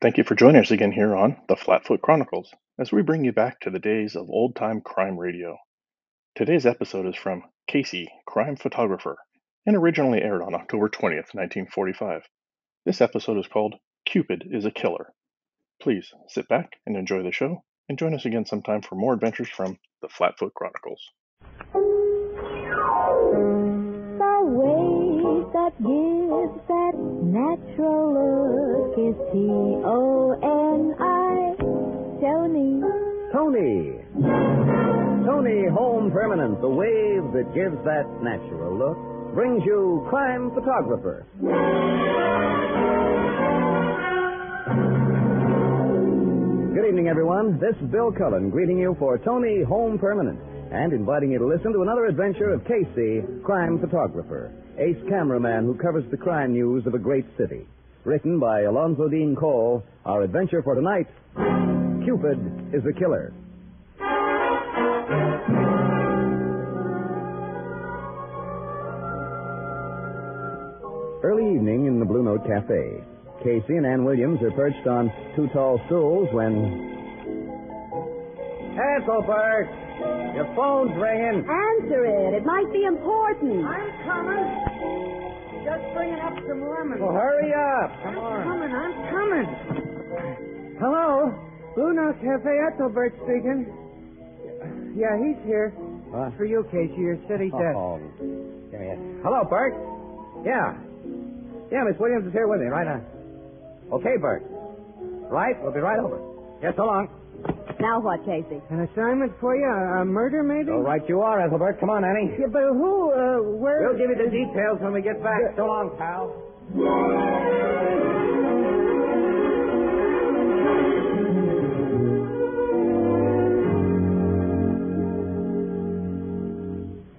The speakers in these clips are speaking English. Thank you for joining us again here on The Flatfoot Chronicles as we bring you back to the days of old time crime radio. Today's episode is from Casey, Crime Photographer, and originally aired on October 20th, 1945. This episode is called Cupid is a Killer. Please sit back and enjoy the show and join us again sometime for more adventures from The Flatfoot Chronicles. The way that gives that natural look is T O N I. Tony. Tony. Tony Home Permanent, the wave that gives that natural look, brings you Crime Photographer. Good evening, everyone. This is Bill Cullen greeting you for Tony Home Permanent and inviting you to listen to another adventure of Casey, Crime Photographer, ace cameraman who covers the crime news of a great city. Written by Alonzo Dean Cole, our adventure for tonight Cupid is the Killer. Early evening in the Blue Note Cafe. Casey and Ann Williams are perched on two tall stools when. Hasselberg! Your phone's ringing. Answer it. It might be important. I'm coming. Just bringing up some lemons. Well, hurry up. I'm coming. I'm coming. Hello? Bruno Cafe Ethelbert speaking. Yeah, he's here. Uh, For you, Casey, your city desk. oh, yeah, yeah. Hello, Bert. Yeah. Yeah, Miss Williams is here with me right now. Okay, Bert. Right, we'll be right over. Yes, so long. Now what, Casey? An assignment for you? A, a murder, maybe? All right, you are, Ethelbert. Come on, Annie. Yeah, but who, uh, where... We'll give you the details when we get back. So long, pal.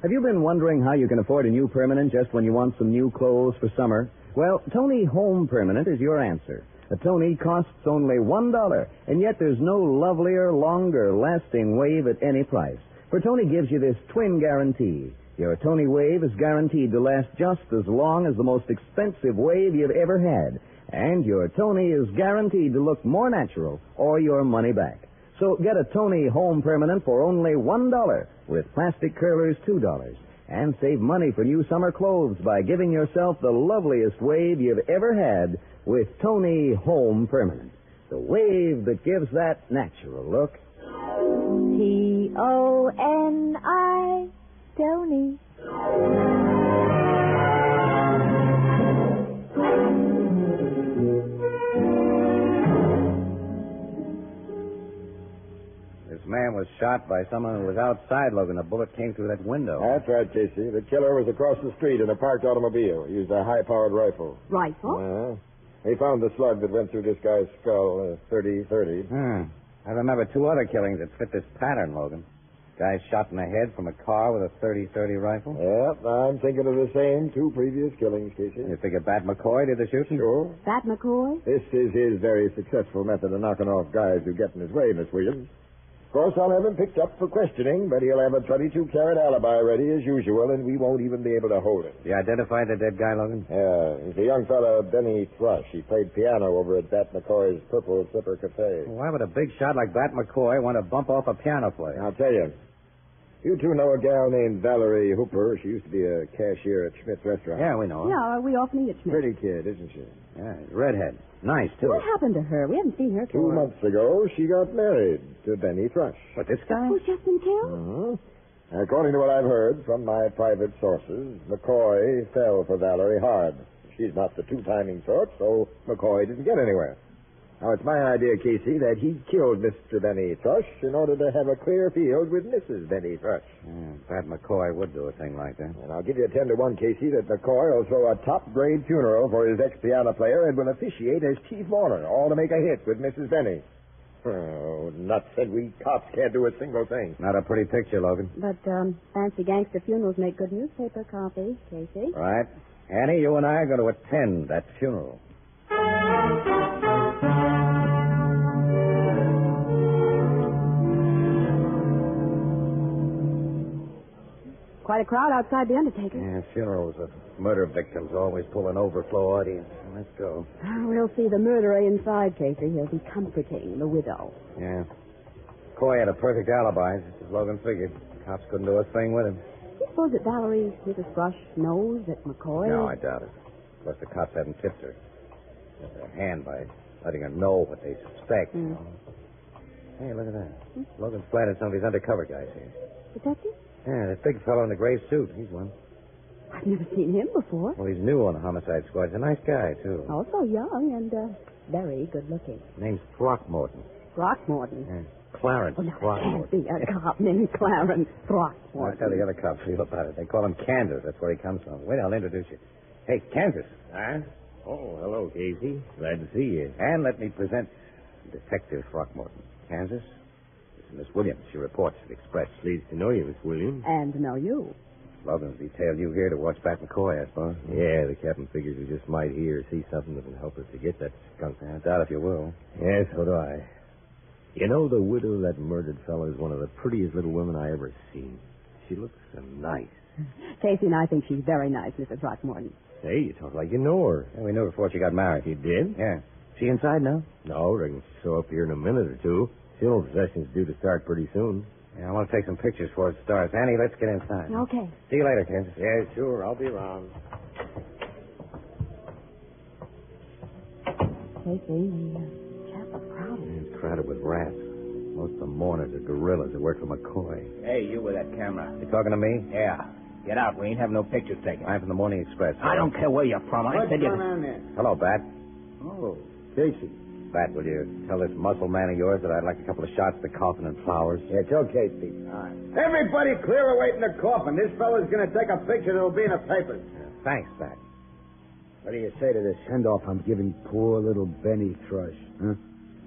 Have you been wondering how you can afford a new permanent just when you want some new clothes for summer? Well, Tony Home Permanent is your answer. A Tony costs only $1, and yet there's no lovelier, longer lasting wave at any price. For Tony gives you this twin guarantee. Your Tony wave is guaranteed to last just as long as the most expensive wave you've ever had. And your Tony is guaranteed to look more natural or your money back. So get a Tony home permanent for only $1 with plastic curlers $2 and save money for new summer clothes by giving yourself the loveliest wave you've ever had with Tony home permanent. The wave that gives that natural look. T O N I. Tony. This man was shot by someone who was outside, Logan. A bullet came through that window. That's right, Casey. The killer was across the street in a parked automobile. He used a high-powered rifle. Rifle? Uh-huh. They found the slug that went through this guy's skull, uh, 30-30. Hmm. I remember two other killings that fit this pattern, Logan. Guy shot in the head from a car with a 30-30 rifle. Yep, I'm thinking of the same two previous killings, Casey. You figure Bat McCoy did the shooting? Sure. That McCoy? This is his very successful method of knocking off guys who get in his way, Miss Williams. Of course, I'll have him picked up for questioning, but he'll have a 22-carat alibi ready as usual, and we won't even be able to hold him. You identified the dead guy, Logan? Yeah, he's a young fella, Benny Thrush. He played piano over at Bat McCoy's Purple Slipper Cafe. Why would a big shot like Bat McCoy want to bump off a piano player? I'll tell you. You two know a gal named Valerie Hooper. She used to be a cashier at Schmidt's restaurant. Yeah, we know him. Yeah, we often eat it. Pretty kid, isn't she? Yeah, he's redhead. Nice, too. What happened to her? We haven't seen her Two months ago, she got married to Benny Thrush. But this guy? Who's just been killed? Mm-hmm. According to what I've heard from my private sources, McCoy fell for Valerie hard. She's not the two-timing sort, so McCoy didn't get anywhere. Now, it's my idea, Casey, that he killed Mr. Benny Thrush in order to have a clear field with Mrs. Benny Thrush. Yeah, Bat McCoy would do a thing like that. And I'll give you a ten to one, Casey, that McCoy will throw a top grade funeral for his ex piano player and will officiate as chief mourner, all to make a hit with Mrs. Benny. Oh, nuts that we cops can't do a single thing. Not a pretty picture, Logan. But um, fancy gangster funerals make good newspaper copy, Casey. All right. Annie, you and I are going to attend that funeral. Quite quite a crowd outside the Undertaker. Yeah, sure, Rosa. Murder victims always pull an overflow audience. Let's go. We'll see the murderer inside, Casey. He'll be comforting the widow. Yeah. Coy had a perfect alibi, just as Logan figured. Cops couldn't do a thing with him. Do you suppose that Valerie, Mrs. Brush, knows that McCoy... No, I doubt it. Plus, the cops haven't tipped her. Just a hand by letting her know what they suspect. you Hmm. know. Hey, look at that. Logan's flattered some of these undercover guys here. Detective? Yeah, that big fellow in the gray suit. He's one. I've never seen him before. Well, he's new on the homicide squad. He's a nice guy, too. Also young and uh, very good looking. Name's Throckmorton. Throckmorton. Yeah. Clarence Well, now, it can't Throckmorton. be a cop named Clarence Well, That's how the Throckmorton. other cops feel about it. They call him Kansas. That's where he comes from. Wait, I'll introduce you. Hey, Kansas. Huh? Oh, hello, Casey. Glad to see you. And let me present Detective Throckmorton. Kansas? This is Miss Williams. She reports at Express. Pleased to know you, Miss Williams. And know you. Logan's detailed you here to watch back McCoy, I suppose. Yeah, the captain figures we just might hear or see something that will help us to get that skunk. I doubt if you will. Yes, so do I. You know, the widow of that murdered fellow is one of the prettiest little women I ever seen. She looks so nice. Casey and I think she's very nice, Mrs. Throckmorton. Hey, you talk like you know her. Yeah, we knew her before she got married. You did? Yeah. She inside now? No, reckon she'll show up here in a minute or two. Funeral procession's due to start pretty soon. Yeah, I want to take some pictures before it starts. Annie, let's get inside. Okay. See you later, Kansas. Yeah, sure. I'll be around. Casey, the uh, chapel's crowded. It's crowded with rats. Most of the mourners are gorillas that work for McCoy. Hey, you with that camera. You talking to me? Yeah. Get out. We ain't having no pictures taken. I'm from the Morning Express. I don't care where you're from. I What's said going you. on there? Hello, Bat. Oh. Casey. Bat, will you tell this muscle man of yours that I'd like a couple of shots of the coffin and flowers? Yeah, it's okay, Steve. Everybody clear away from the coffin. This fella's going to take a picture that'll be in the papers. Thanks, Bat. What do you say to the send off I'm giving poor little Benny Thrush? Huh?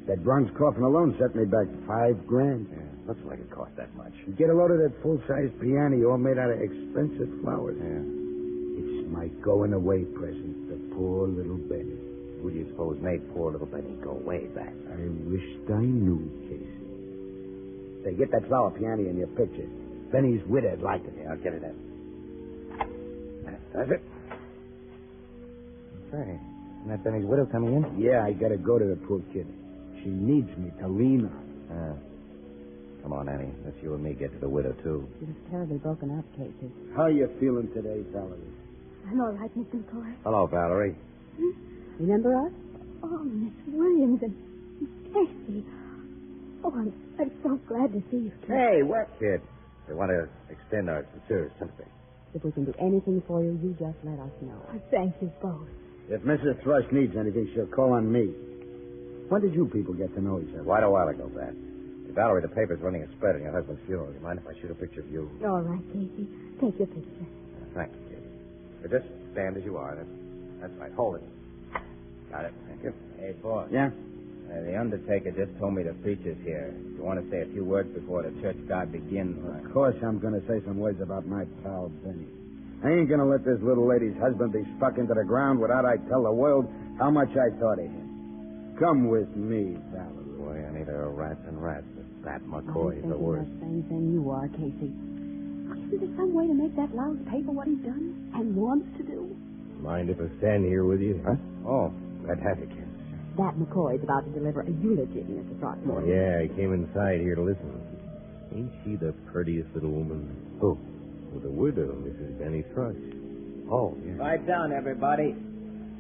That bronze coffin alone set me back five grand. Yeah, looks like it cost that much. Get a load of that full size piano all made out of expensive flowers. Yeah. It's my going away present to poor little Benny. Who do you suppose made poor little Benny go way back? I wished I knew, Casey. Say, get that flower piano in your picture. Benny's widow'd like it. Yeah, I'll get it in. That's it. Say, isn't that Benny's widow coming in? Yeah, I gotta go to the poor kid. She needs me to lean on. Uh, come on, Annie. Let's you and me get to the widow, too. She was terribly broken up, Casey. How you feeling today, Valerie? I'm all right, Miss McCoy. Hello, Valerie. Remember us? Oh, Miss Williams and Miss Casey. Oh, I'm, I'm so glad to see you. two. Hey, what? Kid, we want to extend our sincerest sympathy. If we can do anything for you, you just let us know. I thank you both. If Mrs. Thrush needs anything, she'll call on me. When did you people get to know each other? Quite a while ago, Bat. Hey, Valerie, the paper's running a spread on your husband's funeral. You mind if I shoot a picture of you? All right, Casey. Take your picture. Thank you, kid. But just stand as you are. That's, that's right. Hold it. Got it. Thank you. Hey, boss. Yeah? Uh, the undertaker just told me the preacher's here. You want to say a few words before the church god begins? Of course I'm going to say some words about my pal, Benny. I ain't going to let this little lady's husband be stuck into the ground without I tell the world how much I thought of him. Come with me, Valerie. Boy, I need a rats and rats. But Bat I'm McCoy is thinking the worst. the same thing you are, Casey. Isn't there some way to make that louse paper what he's done and wants to do? Mind if I stand here with you? Huh? Oh, that has a kid. That McCoy's about to deliver a eulogy, Mr. Oh, Throckmorton. Yeah, I came inside here to listen. Ain't she the prettiest little woman? Who? Well, the widow, Mrs. Benny Thrush. Oh, yeah. Quiet down, everybody.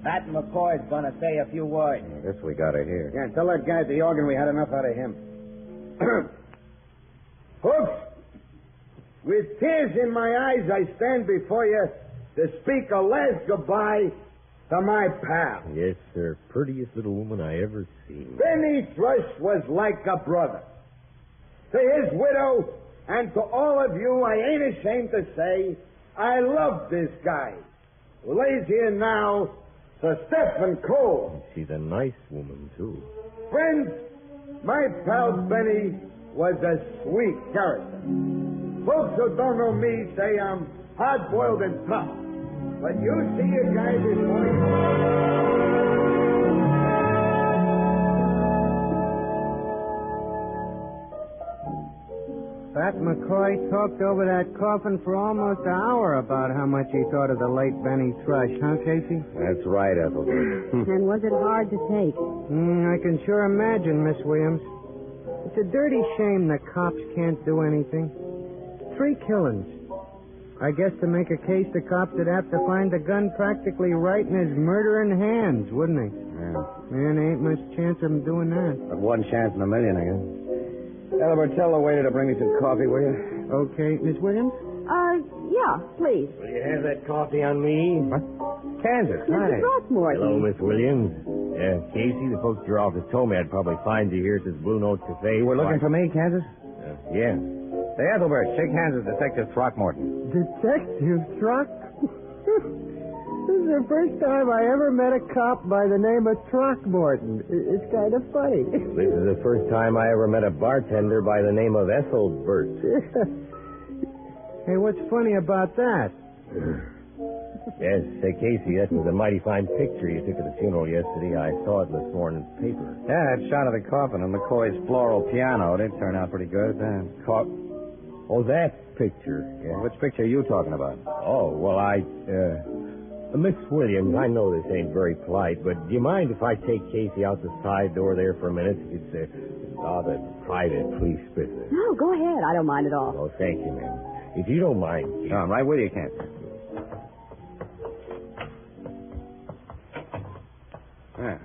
Pat McCoy's going to say a few words. I guess we got her here. Yeah, tell that guy at the organ we had enough out of him. Folks, with tears in my eyes, I stand before you to speak a last goodbye to my pal. Yes, sir. Prettiest little woman I ever seen. Benny Thrush was like a brother. To his widow and to all of you, I ain't ashamed to say I love this guy who lays here now, Sir Stephen Cole. She's a nice woman, too. Friends, my pal Benny was a sweet character. Folks who don't know me say I'm hard boiled and tough. But you see a guy this morning. That? Hart McCoy talked over that coffin for almost an hour about how much he thought of the late Benny Thrush, huh, Casey? That's right, Ethelbert. And was it hard to take? Mm, I can sure imagine, Miss Williams. It's a dirty shame the cops can't do anything. Three killings. I guess to make a case, the cops would have to find the gun practically right in his murdering hands, wouldn't they? Yeah. Man, there ain't much chance of him doing that. But one chance in a million, I guess. Ethelbert, tell the waiter to bring me some coffee, will you? Okay, Miss Williams? Uh, yeah, please. Will you have that coffee on me? What? Kansas. Mr. Throckmorton. Hello, Miss Williams. Yeah, Casey, the folks at your office told me I'd probably find you here at this Blue Note Cafe. You were looking for me, Kansas? yeah. Hey, Ethelbert, shake hands with Detective Throckmorton. Detective Truck? this is the first time I ever met a cop by the name of Throckmorton. I- It's kind of funny. This is the first time I ever met a bartender by the name of Ethelbert. hey, what's funny about that? Yes, say, Casey, that was a mighty fine picture you took at the funeral yesterday. I saw it in this morning's paper. Yeah, that shot of the coffin and McCoy's floral piano did turn out pretty good. Uh, Oh, that picture. Yeah. Which picture are you talking about? Oh, well, I. Uh... Miss Williams, I know this ain't very polite, but do you mind if I take Casey out the side door there for a minute? It's a, uh, the private police business. No, go ahead. I don't mind at all. Oh, thank you, ma'am. If you don't mind. I'm right with you, Kent. Ah,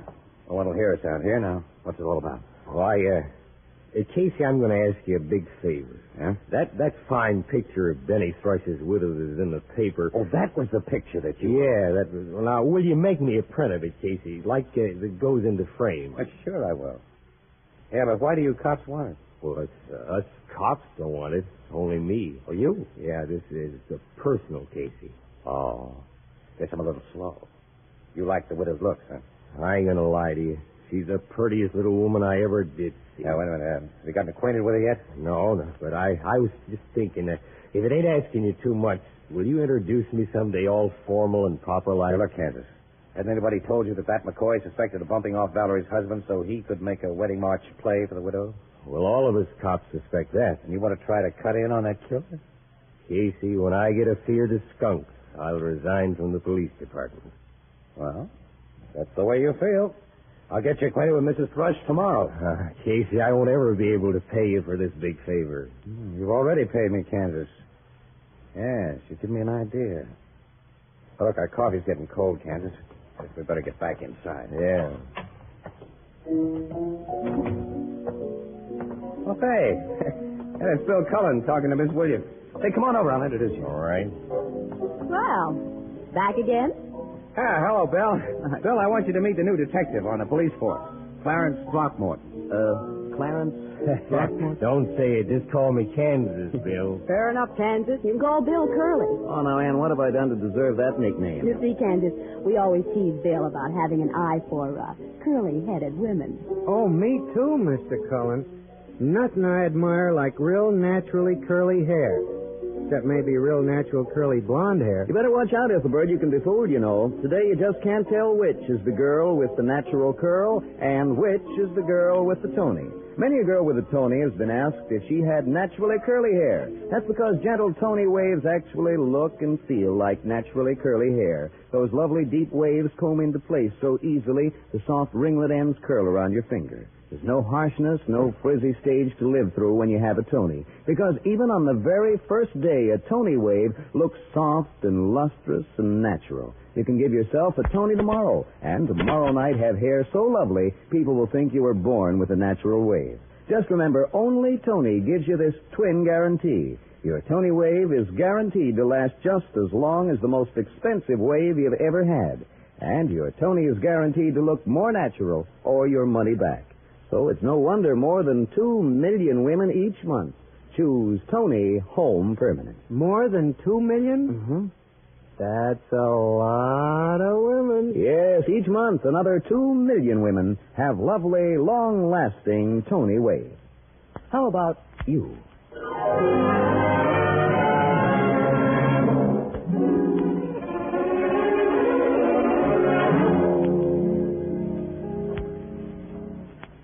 no one will hear us out here now. What's it all about? Why, uh, uh, Casey, I'm going to ask you a big favor. Huh? That that fine picture of Benny Thrush's widow that's in the paper. Oh, that was the picture that you. Yeah, that was. Well, now, will you make me a print of it, Casey? Like uh, that goes into frame. Well, sure I will. Yeah, but why do you cops want it? Well, us, uh, us cops don't want it. Only me. For Oh, you? Yeah, this is a personal, Casey. Oh. Guess I'm a little slow. You like the widow's looks, huh? I ain't gonna lie to you. She's the prettiest little woman I ever did see. Yeah, wait a minute. Uh, have you gotten acquainted with her yet? No, no, but I, I was just thinking that if it ain't asking you too much, will you introduce me someday all formal and proper like? Hey, look, Kansas. Hasn't anybody told you that that McCoy suspected of bumping off Valerie's husband so he could make a wedding march play for the widow? Well, all of us cops suspect that. And you want to try to cut in on that killer? Casey, when I get a fear to skunks, I'll resign from the police department. Well, if that's the way you feel. I'll get you acquainted with Mrs. Thrush tomorrow. Uh, Casey, I won't ever be able to pay you for this big favor. Hmm, You've already paid me, Kansas. Yes, you give me an idea. Well, look, our coffee's getting cold, Kansas. Guess we better get back inside. Yeah. Oh, hey. and it's Bill Cullen talking to Miss Williams. Hey, come on over. I'll introduce you. All right. Well, back again? Ah, hello, Bill. Bill, I want you to meet the new detective on the police force, Clarence Throckmorton. Uh, Clarence? Don't say it. Just call me Kansas, Bill. Fair enough, Kansas. You can call Bill Curley. Oh, now, Ann, what have I done to deserve that nickname? You see, Kansas, we always tease Bill about having an eye for uh, curly-headed women. Oh, me too, Mr. Cullen. Nothing I admire like real naturally curly hair. Except maybe real natural curly blonde hair. You better watch out, Ethelbert. You can be fooled, you know. Today you just can't tell which is the girl with the natural curl and which is the girl with the Tony. Many a girl with a Tony has been asked if she had naturally curly hair. That's because gentle Tony waves actually look and feel like naturally curly hair. Those lovely deep waves comb into place so easily the soft ringlet ends curl around your finger. There's no harshness, no frizzy stage to live through when you have a Tony. Because even on the very first day, a Tony wave looks soft and lustrous and natural. You can give yourself a Tony tomorrow, and tomorrow night have hair so lovely, people will think you were born with a natural wave. Just remember, only Tony gives you this twin guarantee. Your Tony wave is guaranteed to last just as long as the most expensive wave you've ever had. And your Tony is guaranteed to look more natural or your money back. So it's no wonder more than two million women each month choose Tony Home Permanent. More than two million? Mm-hmm. That's a lot of women. Yes, each month another two million women have lovely, long-lasting Tony waves. How about you?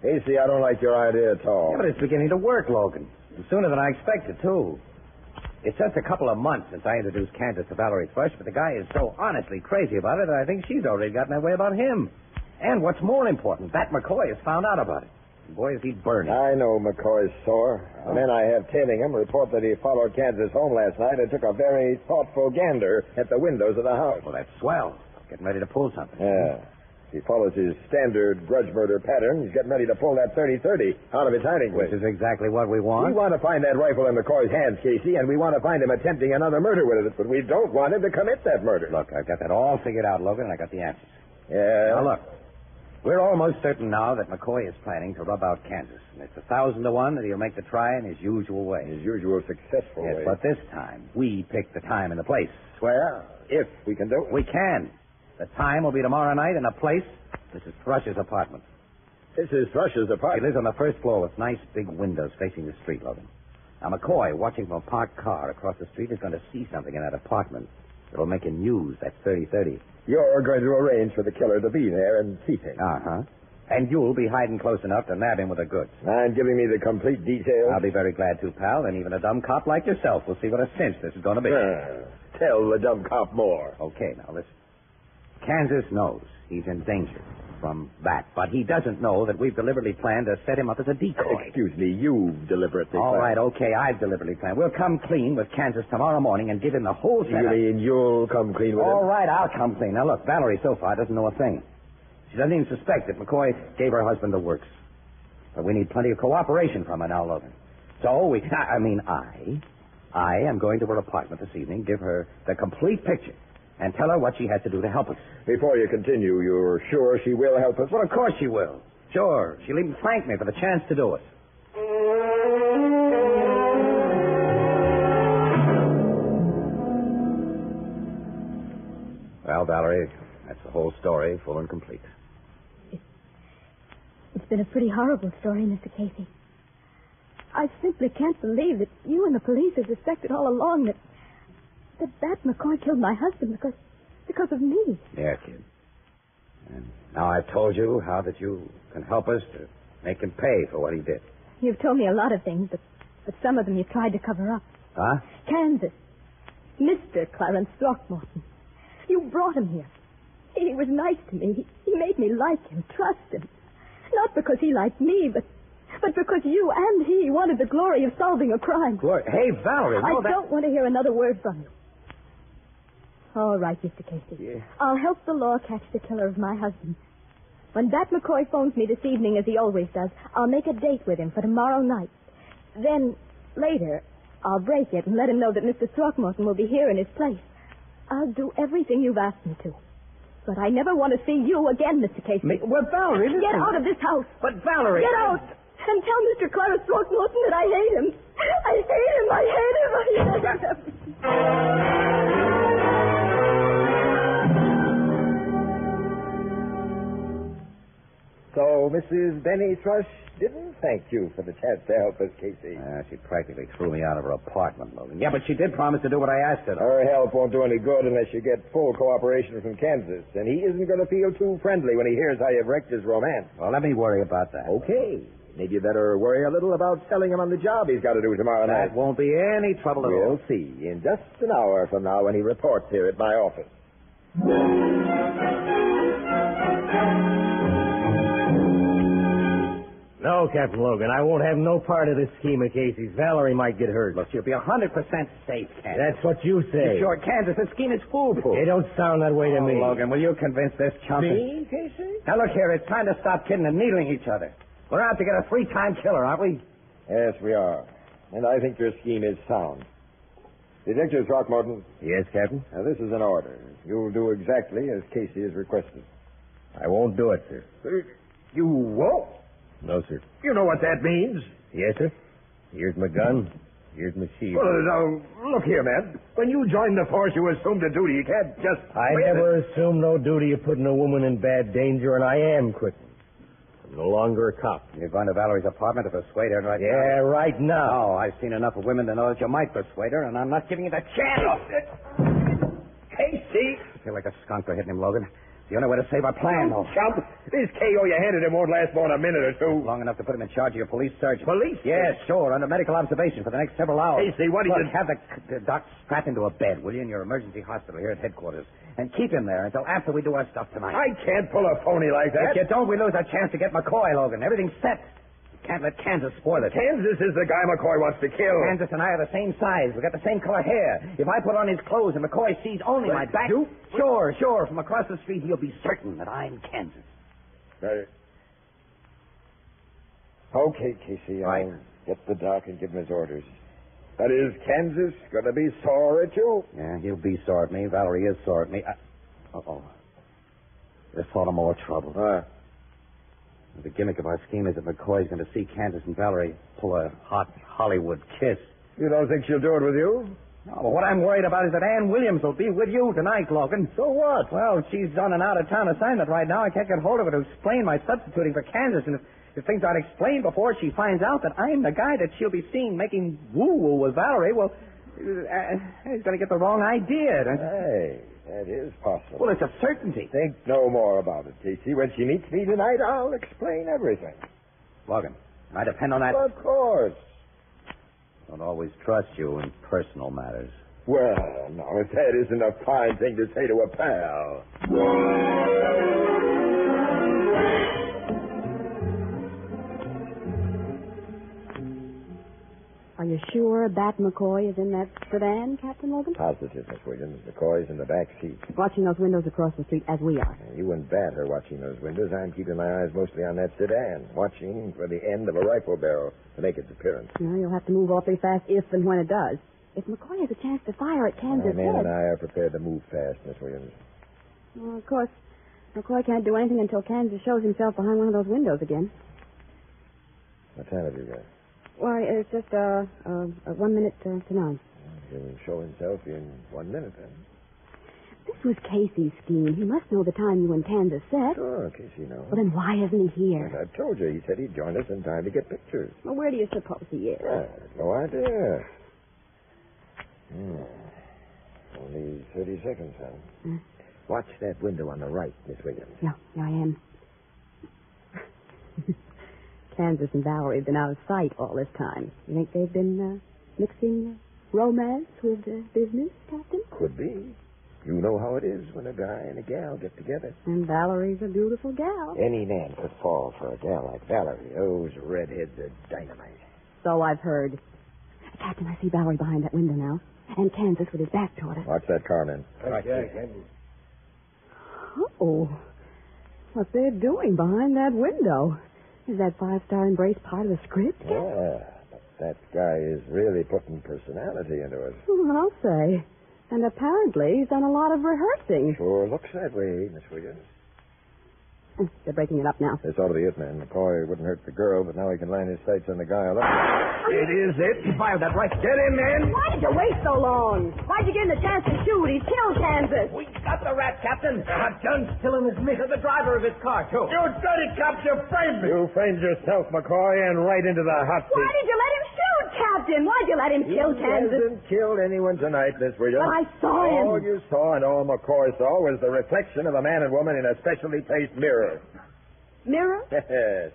Casey, I don't like your idea at all. it's beginning to work, Logan. And sooner than I expected, too. It's just a couple of months since I introduced Kansas to Valerie Thrush, but the guy is so honestly crazy about it that I think she's already gotten her way about him. And what's more important, that McCoy has found out about it. Boy, is he burning. I know McCoy's sore. Oh. The men I have tailing him report that he followed Kansas home last night and took a very thoughtful gander at the windows of the house. Well, that's swell. Getting ready to pull something. Yeah. He follows his standard grudge murder pattern. He's getting ready to pull that 30-30 out of his hiding place. Which is exactly what we want. We want to find that rifle in McCoy's hands, Casey, and we want to find him attempting another murder with it, but we don't want him to commit that murder. Look, I've got that all figured out, Logan, and I got the answers. Yeah. Now, look. We're almost certain now that McCoy is planning to rub out Kansas. And it's a thousand to one that he'll make the try in his usual way. His usual successful yes, way. but this time, we pick the time and the place. Well, if we can do it. We can. The time will be tomorrow night and the place, Mrs. Thrush's apartment. This is Thrush's She apartment. lives on the first floor with nice big windows facing the street, Logan. Now, McCoy, watching from a parked car across the street, is going to see something in that apartment that'll make him use that 30-30. You're going to arrange for the killer to be there and see him. Uh-huh. And you'll be hiding close enough to nab him with the goods. Mind giving me the complete details? I'll be very glad to, pal, and even a dumb cop like yourself will see what a cinch this is going to be. Uh, tell the dumb cop more. Okay, now listen. Kansas knows he's in danger from that, but he doesn't know that we've deliberately planned to set him up as a decoy. Excuse me, you deliberately. All right, okay, I've deliberately planned. We'll come clean with Kansas tomorrow morning and give him the whole You setup. mean you'll come clean with All him? right, I'll come clean. Now look, Valerie so far doesn't know a thing. She doesn't even suspect that McCoy gave her husband the works. But we need plenty of cooperation from her now, Logan. So we, I mean, I, I am going to her apartment this evening, give her the complete picture, and tell her what she had to do to help us. Before you continue, you're sure she will help us? Well, of course she will. Sure, she'll even thank me for the chance to do it. Well, Valerie, that's the whole story, full and complete. It's been a pretty horrible story, Mr. Casey. I simply can't believe that you and the police have suspected all along that that that McCoy killed my husband because because of me. Yeah, kid. And now I've told you how that you can help us to make him pay for what he did. You've told me a lot of things, but but some of them you tried to cover up. Huh? Kansas, Mr. Clarence Throckmorton. You brought him here. He was nice to me. He, he made me like him, trust him. Not because he liked me, but but because you and he wanted the glory of solving a crime. Glory. Hey, Valerie, I no, that... don't want to hear another word from you. All right, Mr. Casey. Yeah. I'll help the law catch the killer of my husband. When that McCoy phones me this evening, as he always does, I'll make a date with him for tomorrow night. Then, later, I'll break it and let him know that Mr. Throckmorton will be here in his place. I'll do everything you've asked me to. But I never want to see you again, Mr. Casey. Me- Well, Valerie, listen. Get out of this house. But, Valerie... Get out. And tell Mr. Clarence Throckmorton that I hate him. I hate him. I hate him. I hate him. So Mrs. Benny Thrush didn't thank you for the chance to help us, Casey. Yeah, Ah, she practically threw me out of her apartment, Logan. Yeah, but she did promise to do what I asked her. to. Her help won't do any good unless you get full cooperation from Kansas, and he isn't going to feel too friendly when he hears how you've wrecked his romance. Well, let me worry about that. Okay. Maybe you better worry a little about selling him on the job he's got to do tomorrow night. That won't be any trouble at all. We'll see in just an hour from now when he reports here at my office. No, Captain Logan, I won't have no part of this scheme of Casey's. Valerie might get hurt. Look, you'll be 100% safe, Kansas. That's what you say. Sure, Kansas, this scheme is foolproof. They don't sound that way to Oh, me. Logan, will you convince this chump? Me, Casey? Now, look here, it's time to stop kidding and needling each other. We're out to get a three-time killer, aren't we? Yes, we are. And I think your scheme is sound. Detective Throckmorton, Yes, Captain. now this is an order. You'll do exactly as Casey has requested. I won't do it, sir. Uh, You won't? No, sir. You know what that means. Yes, sir. Here's my gun. Here's my shield. Well, now, look here, man. When you joined the force, you assumed a duty. You can't just. I Wait a never assume no duty of putting a woman in bad danger, and I am quitting. I'm no longer a cop. You're going to Valerie's apartment to persuade her right now? Yeah, right now. No, I've seen enough of women to know that you might persuade her, and I'm Oh, not giving you the chance. Casey! I feel like a skunk for hitting him, Logan. The only way to save our plan, though. Chump, this KO you handed him won't last more than a minute or two. Long enough to put him in charge of your police surgeon. Police? Yes, sure. Under medical observation for the next several hours. Casey, what do you- Look, have the, the doc strapped into a bed, will you, in your emergency hospital here at headquarters, and keep him there until after we do our stuff tonight. I can't pull a phony like that. If you don't, we lose our chance to get McCoy, Logan. Everything's set. Can't let Kansas spoil it. Kansas is the guy McCoy wants to kill. Kansas and I are the same size. We got the same color hair. If I put on his clothes and McCoy sees only my back, you- sure, sure. From across the street, he'll be certain that I'm Kansas. Very- Okay, Casey, Right. I'll get the doc and give him his orders. That is, Kansas going to be sore at you? Yeah, he'll be sore at me. Valerie is sore at me. Uh oh. There's sort of more trouble. Huh. The gimmick of our scheme is that McCoy's going to see Kansas and Valerie pull a hot Hollywood kiss. You don't think she'll do it with you? No, but Oh, what I'm worried about is that Ann Williams will be with you tonight, Logan. So what? Well, she's on an out-of-town assignment right now. I can't get hold of her to explain my substituting for Kansas. And if, if things aren't explained before she finds out that I'm the guy that she'll be seeing making woo-woo with Valerie, well, uh, he's going to get the wrong idea. don't- Hey, that is possible. Well, it's a certainty. Think no more about it, Casey. When she meets me tonight, I'll explain everything. Logan, I depend on that. Of course. Don't always trust you in personal matters. Well, now, if that isn't a fine thing to say to a pal. Are you sure Bat McCoy is in that sedan, Captain Logan? Positive, Miss Williams. McCoy's in the back seat. Watching those windows across the street as we are. You and Bat are watching those windows. I'm keeping my eyes mostly on that sedan, watching for the end of a rifle barrel to make its appearance. Now, you'll have to move awfully fast if and when it does. If McCoy has a chance to fire at My Kansas man head, and I uh, are prepared to move fast, Miss Williams. well, of course, McCoy can't do anything until Kansas shows himself behind one of those windows again. What time have you got? Why, it's just uh, uh, uh, one minute uh, to nine. He'll show himself in one minute, then. This was Casey's scheme. He must know the time you and Kansas set. Sure, Casey knows. Well, then why isn't he And here? I told you, he said he'd join us in time to get pictures. Well, where do you suppose he is? Well, no idea. Hmm. Only 30 seconds, huh? Hmm. Watch that window on the right, Miss Williams. Yeah, yeah, I am. Kansas and Valerie have been out of sight all this time. You think they've been uh, mixing uh, romance with uh, business, Captain? Could be. You know how it is when a guy and a gal get together. And Valerie's a beautiful gal. Any man could fall for a gal like Valerie. Those redheads are dynamite. So I've heard. Captain, I see Valerie behind that window now. And Kansas with his back toward us. Watch that car, man. Right, Oh. What they're doing behind that window. Is that five star embrace part of the script, Captain? Yeah, but that guy is really putting personality into us. Well, Hmm, I'll say. And apparently he's done a lot of rehearsing. Sure looks that way, Miss Williams. They're breaking it up now. This ought to be it, man. McCoy wouldn't hurt the girl, but now he can line his sights on the guy. alone. It is it. Fire that right. Get him, man. Why did you wait so long? Why'd you give him the chance to shoot? He's killed Kansas. We got the rat, Captain. Our gun's still in his mitt. The driver of his car, too. You dirty cops, you framed me. You framed yourself, McCoy, and right into the hot Why seat. did you let him shoot, Captain? Why'd you let him kill He Kansas? hasn't killed anyone tonight, Miss Williams. But I saw him. All you saw and all McCoy saw was the reflection of a man and woman in a specially placed mirror. Mirror? Yes.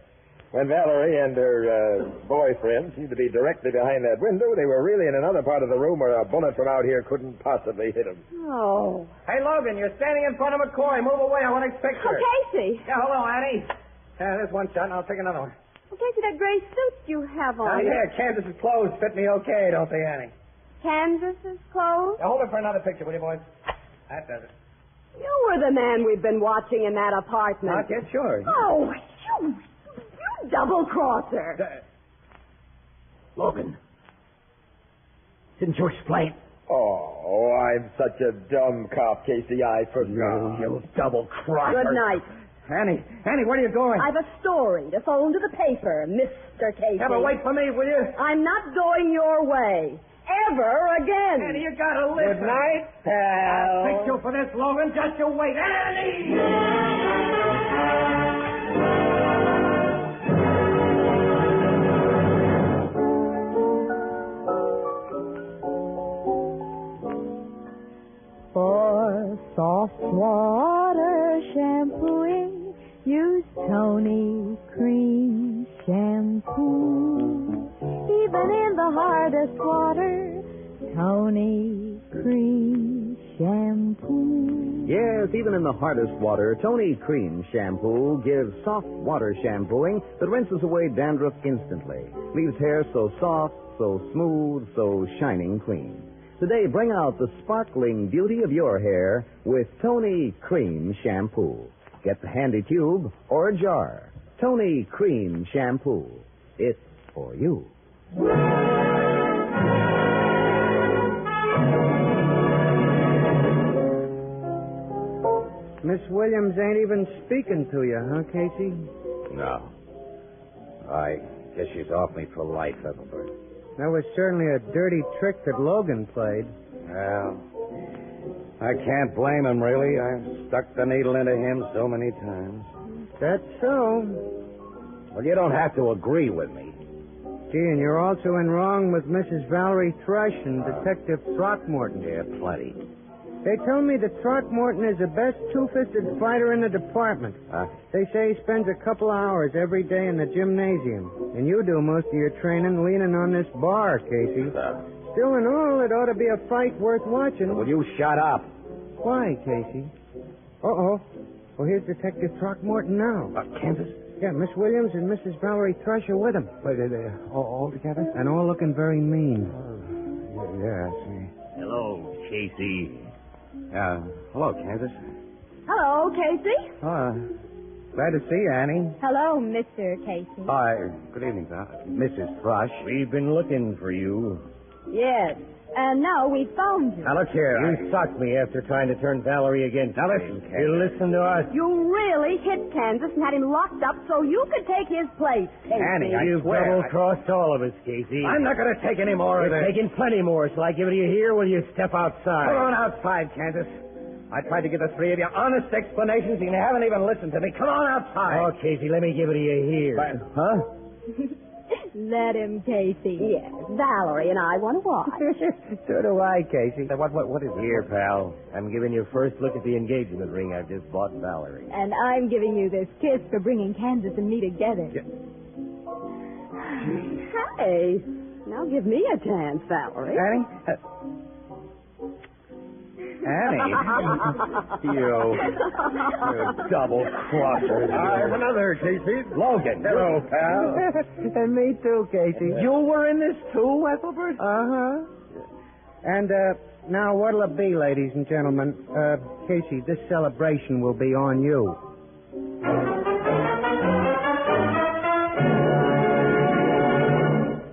When Valerie and her uh, boyfriend seemed to be directly behind that window, they were really in another part of the room where a bullet from out here couldn't possibly hit them. Oh. Hey, Logan, you're standing in front of McCoy. Move away. I want to expect Oh, her. Casey. Yeah, hello, Annie. Yeah, Uh, there's one shot, and I'll take another one. Oh, Casey, that gray suit you have Oh, on. yeah, Kansas's clothes fit me okay, don't they, Annie? Kansas's clothes. Now, hold it for another picture, will you, boys? That does it. You were the man we've been watching in that apartment. Not yet, sure. Oh, you, you double crosser. Logan. Didn't you explain? Oh, I'm such a dumb cop, Casey. I forgot. you double crosser. Good night. Annie, Annie, where are you going? I've a story to phone to the paper, Mr. Casey. Have a wait for me, will you? I'm not going your way. Ever again. Annie, you gotta listen. Good night, pal. I'll fix you for this, Logan. Just you wait. Annie! For soft water shall morning cream shampoo. Even in the hardest water, Tony Cream Shampoo. Yes, even in the hardest water, Tony Cream Shampoo gives soft water shampooing that rinses away dandruff instantly, leaves hair so soft, so smooth, so shining clean. Today, bring out the sparkling beauty of your hair with Tony Cream Shampoo. Get the handy tube or jar. Tony Cream Shampoo. It's for you. Miss Williams ain't even speaking to you, huh, Casey? No. I guess she's off me for life, Ethelbert. That was certainly a dirty trick that Logan played. Well, I can't blame him, really. I've stuck the needle into him so many times. That's so. Well, you don't have to agree with me. Gee, and you're also in wrong with Mrs. Valerie Thrush and Detective Throckmorton. Uh. Yeah, plenty. They tell me that Throckmorton is the best two-fisted fighter in the department. Huh? They say he spends a couple hours every day in the gymnasium. And you do most of your training leaning on this bar, Casey. Uh, Still in all, it ought to be a fight worth watching. will you shut up? Why, Casey? Uh-oh. Well, here's Detective Throckmorton now. Uh, Kansas? Yeah, Miss Williams and Mrs. Valerie Thrush are with him. Wait, are they all, all together? Oh, And all looking very mean. Yeah, I see. Hello, Casey. Uh, hello, Kansas. Hello, Casey. Uh, glad to see you, Annie. Hello, Mr. Casey. Hi. Good evening, Doc. Mrs. Thrush. We've been looking for you. Yes. Uh. And now we found you. Now, look here. You socked me after trying to turn Valerie against Now, listen, You listen to us. You really hit Kansas and had him locked up so you could take his place. Casey. Annie, I You've swear, I- double-crossed all of us, Casey. I'm not going to take any more of You're this. taking plenty more. Shall I give it to you here or will you step Come outside? on outside, Kansas. I tried to give the three of you honest explanations, and you haven't even listened to me. Come on outside. Oh, Casey, let me give it to you here. Huh? Let him, Casey. Yes. Valerie and I want to watch. so do I, Casey. What, what, what is it? Here, pal. I'm giving you first look at the engagement ring I've just bought Valerie. and I'm giving you this kiss for bringing Kansas and me together. Hey, now give me a chance, Valerie. Annie? Uh, Annie? you. you double crosser. I'm another, Casey. Logan. Hello, pal. and me too, Casey. you were in this too, Ethelbert? Uh-huh. And, uh, now what'll it be, ladies and gentlemen? Uh, Casey, this celebration will be on you.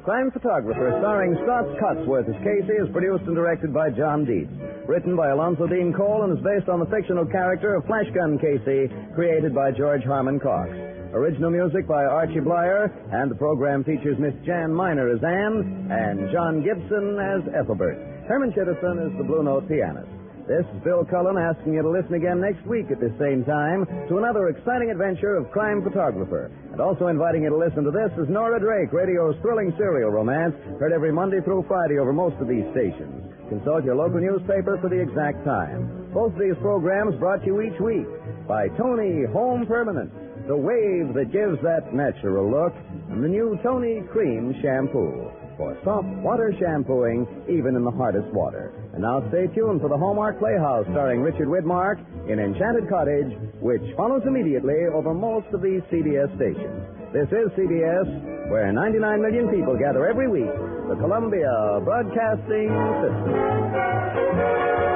Crime Photographer, starring Scott Cotsworth as Casey, is produced and directed by John Dietz. Written by Alonzo Dean Cole and is based on the fictional character of Flash Gun Casey, created by George Harmon Cox. Original music by Archie Blyer, and the program features Miss Jan Miner as Anne and John Gibson as Ethelbert. Herman Chittison is the Blue Note pianist. This is Bill Cullen asking you to listen again next week at this same time to another exciting adventure of Crime Photographer. And also inviting you to listen to this is Nora Drake, radio's thrilling serial romance, heard every Monday through Friday over most of these stations. Consult your local newspaper for the exact time. Both of these programs brought to you each week by Tony Home Permanent, the wave that gives that natural look, and the new Tony Cream Shampoo for soft water shampooing, even in the hardest water. And now stay tuned for the Hallmark Playhouse starring Richard Widmark in Enchanted Cottage, which follows immediately over most of these CBS stations. This is CBS, where 99 million people gather every week, the Columbia Broadcasting System.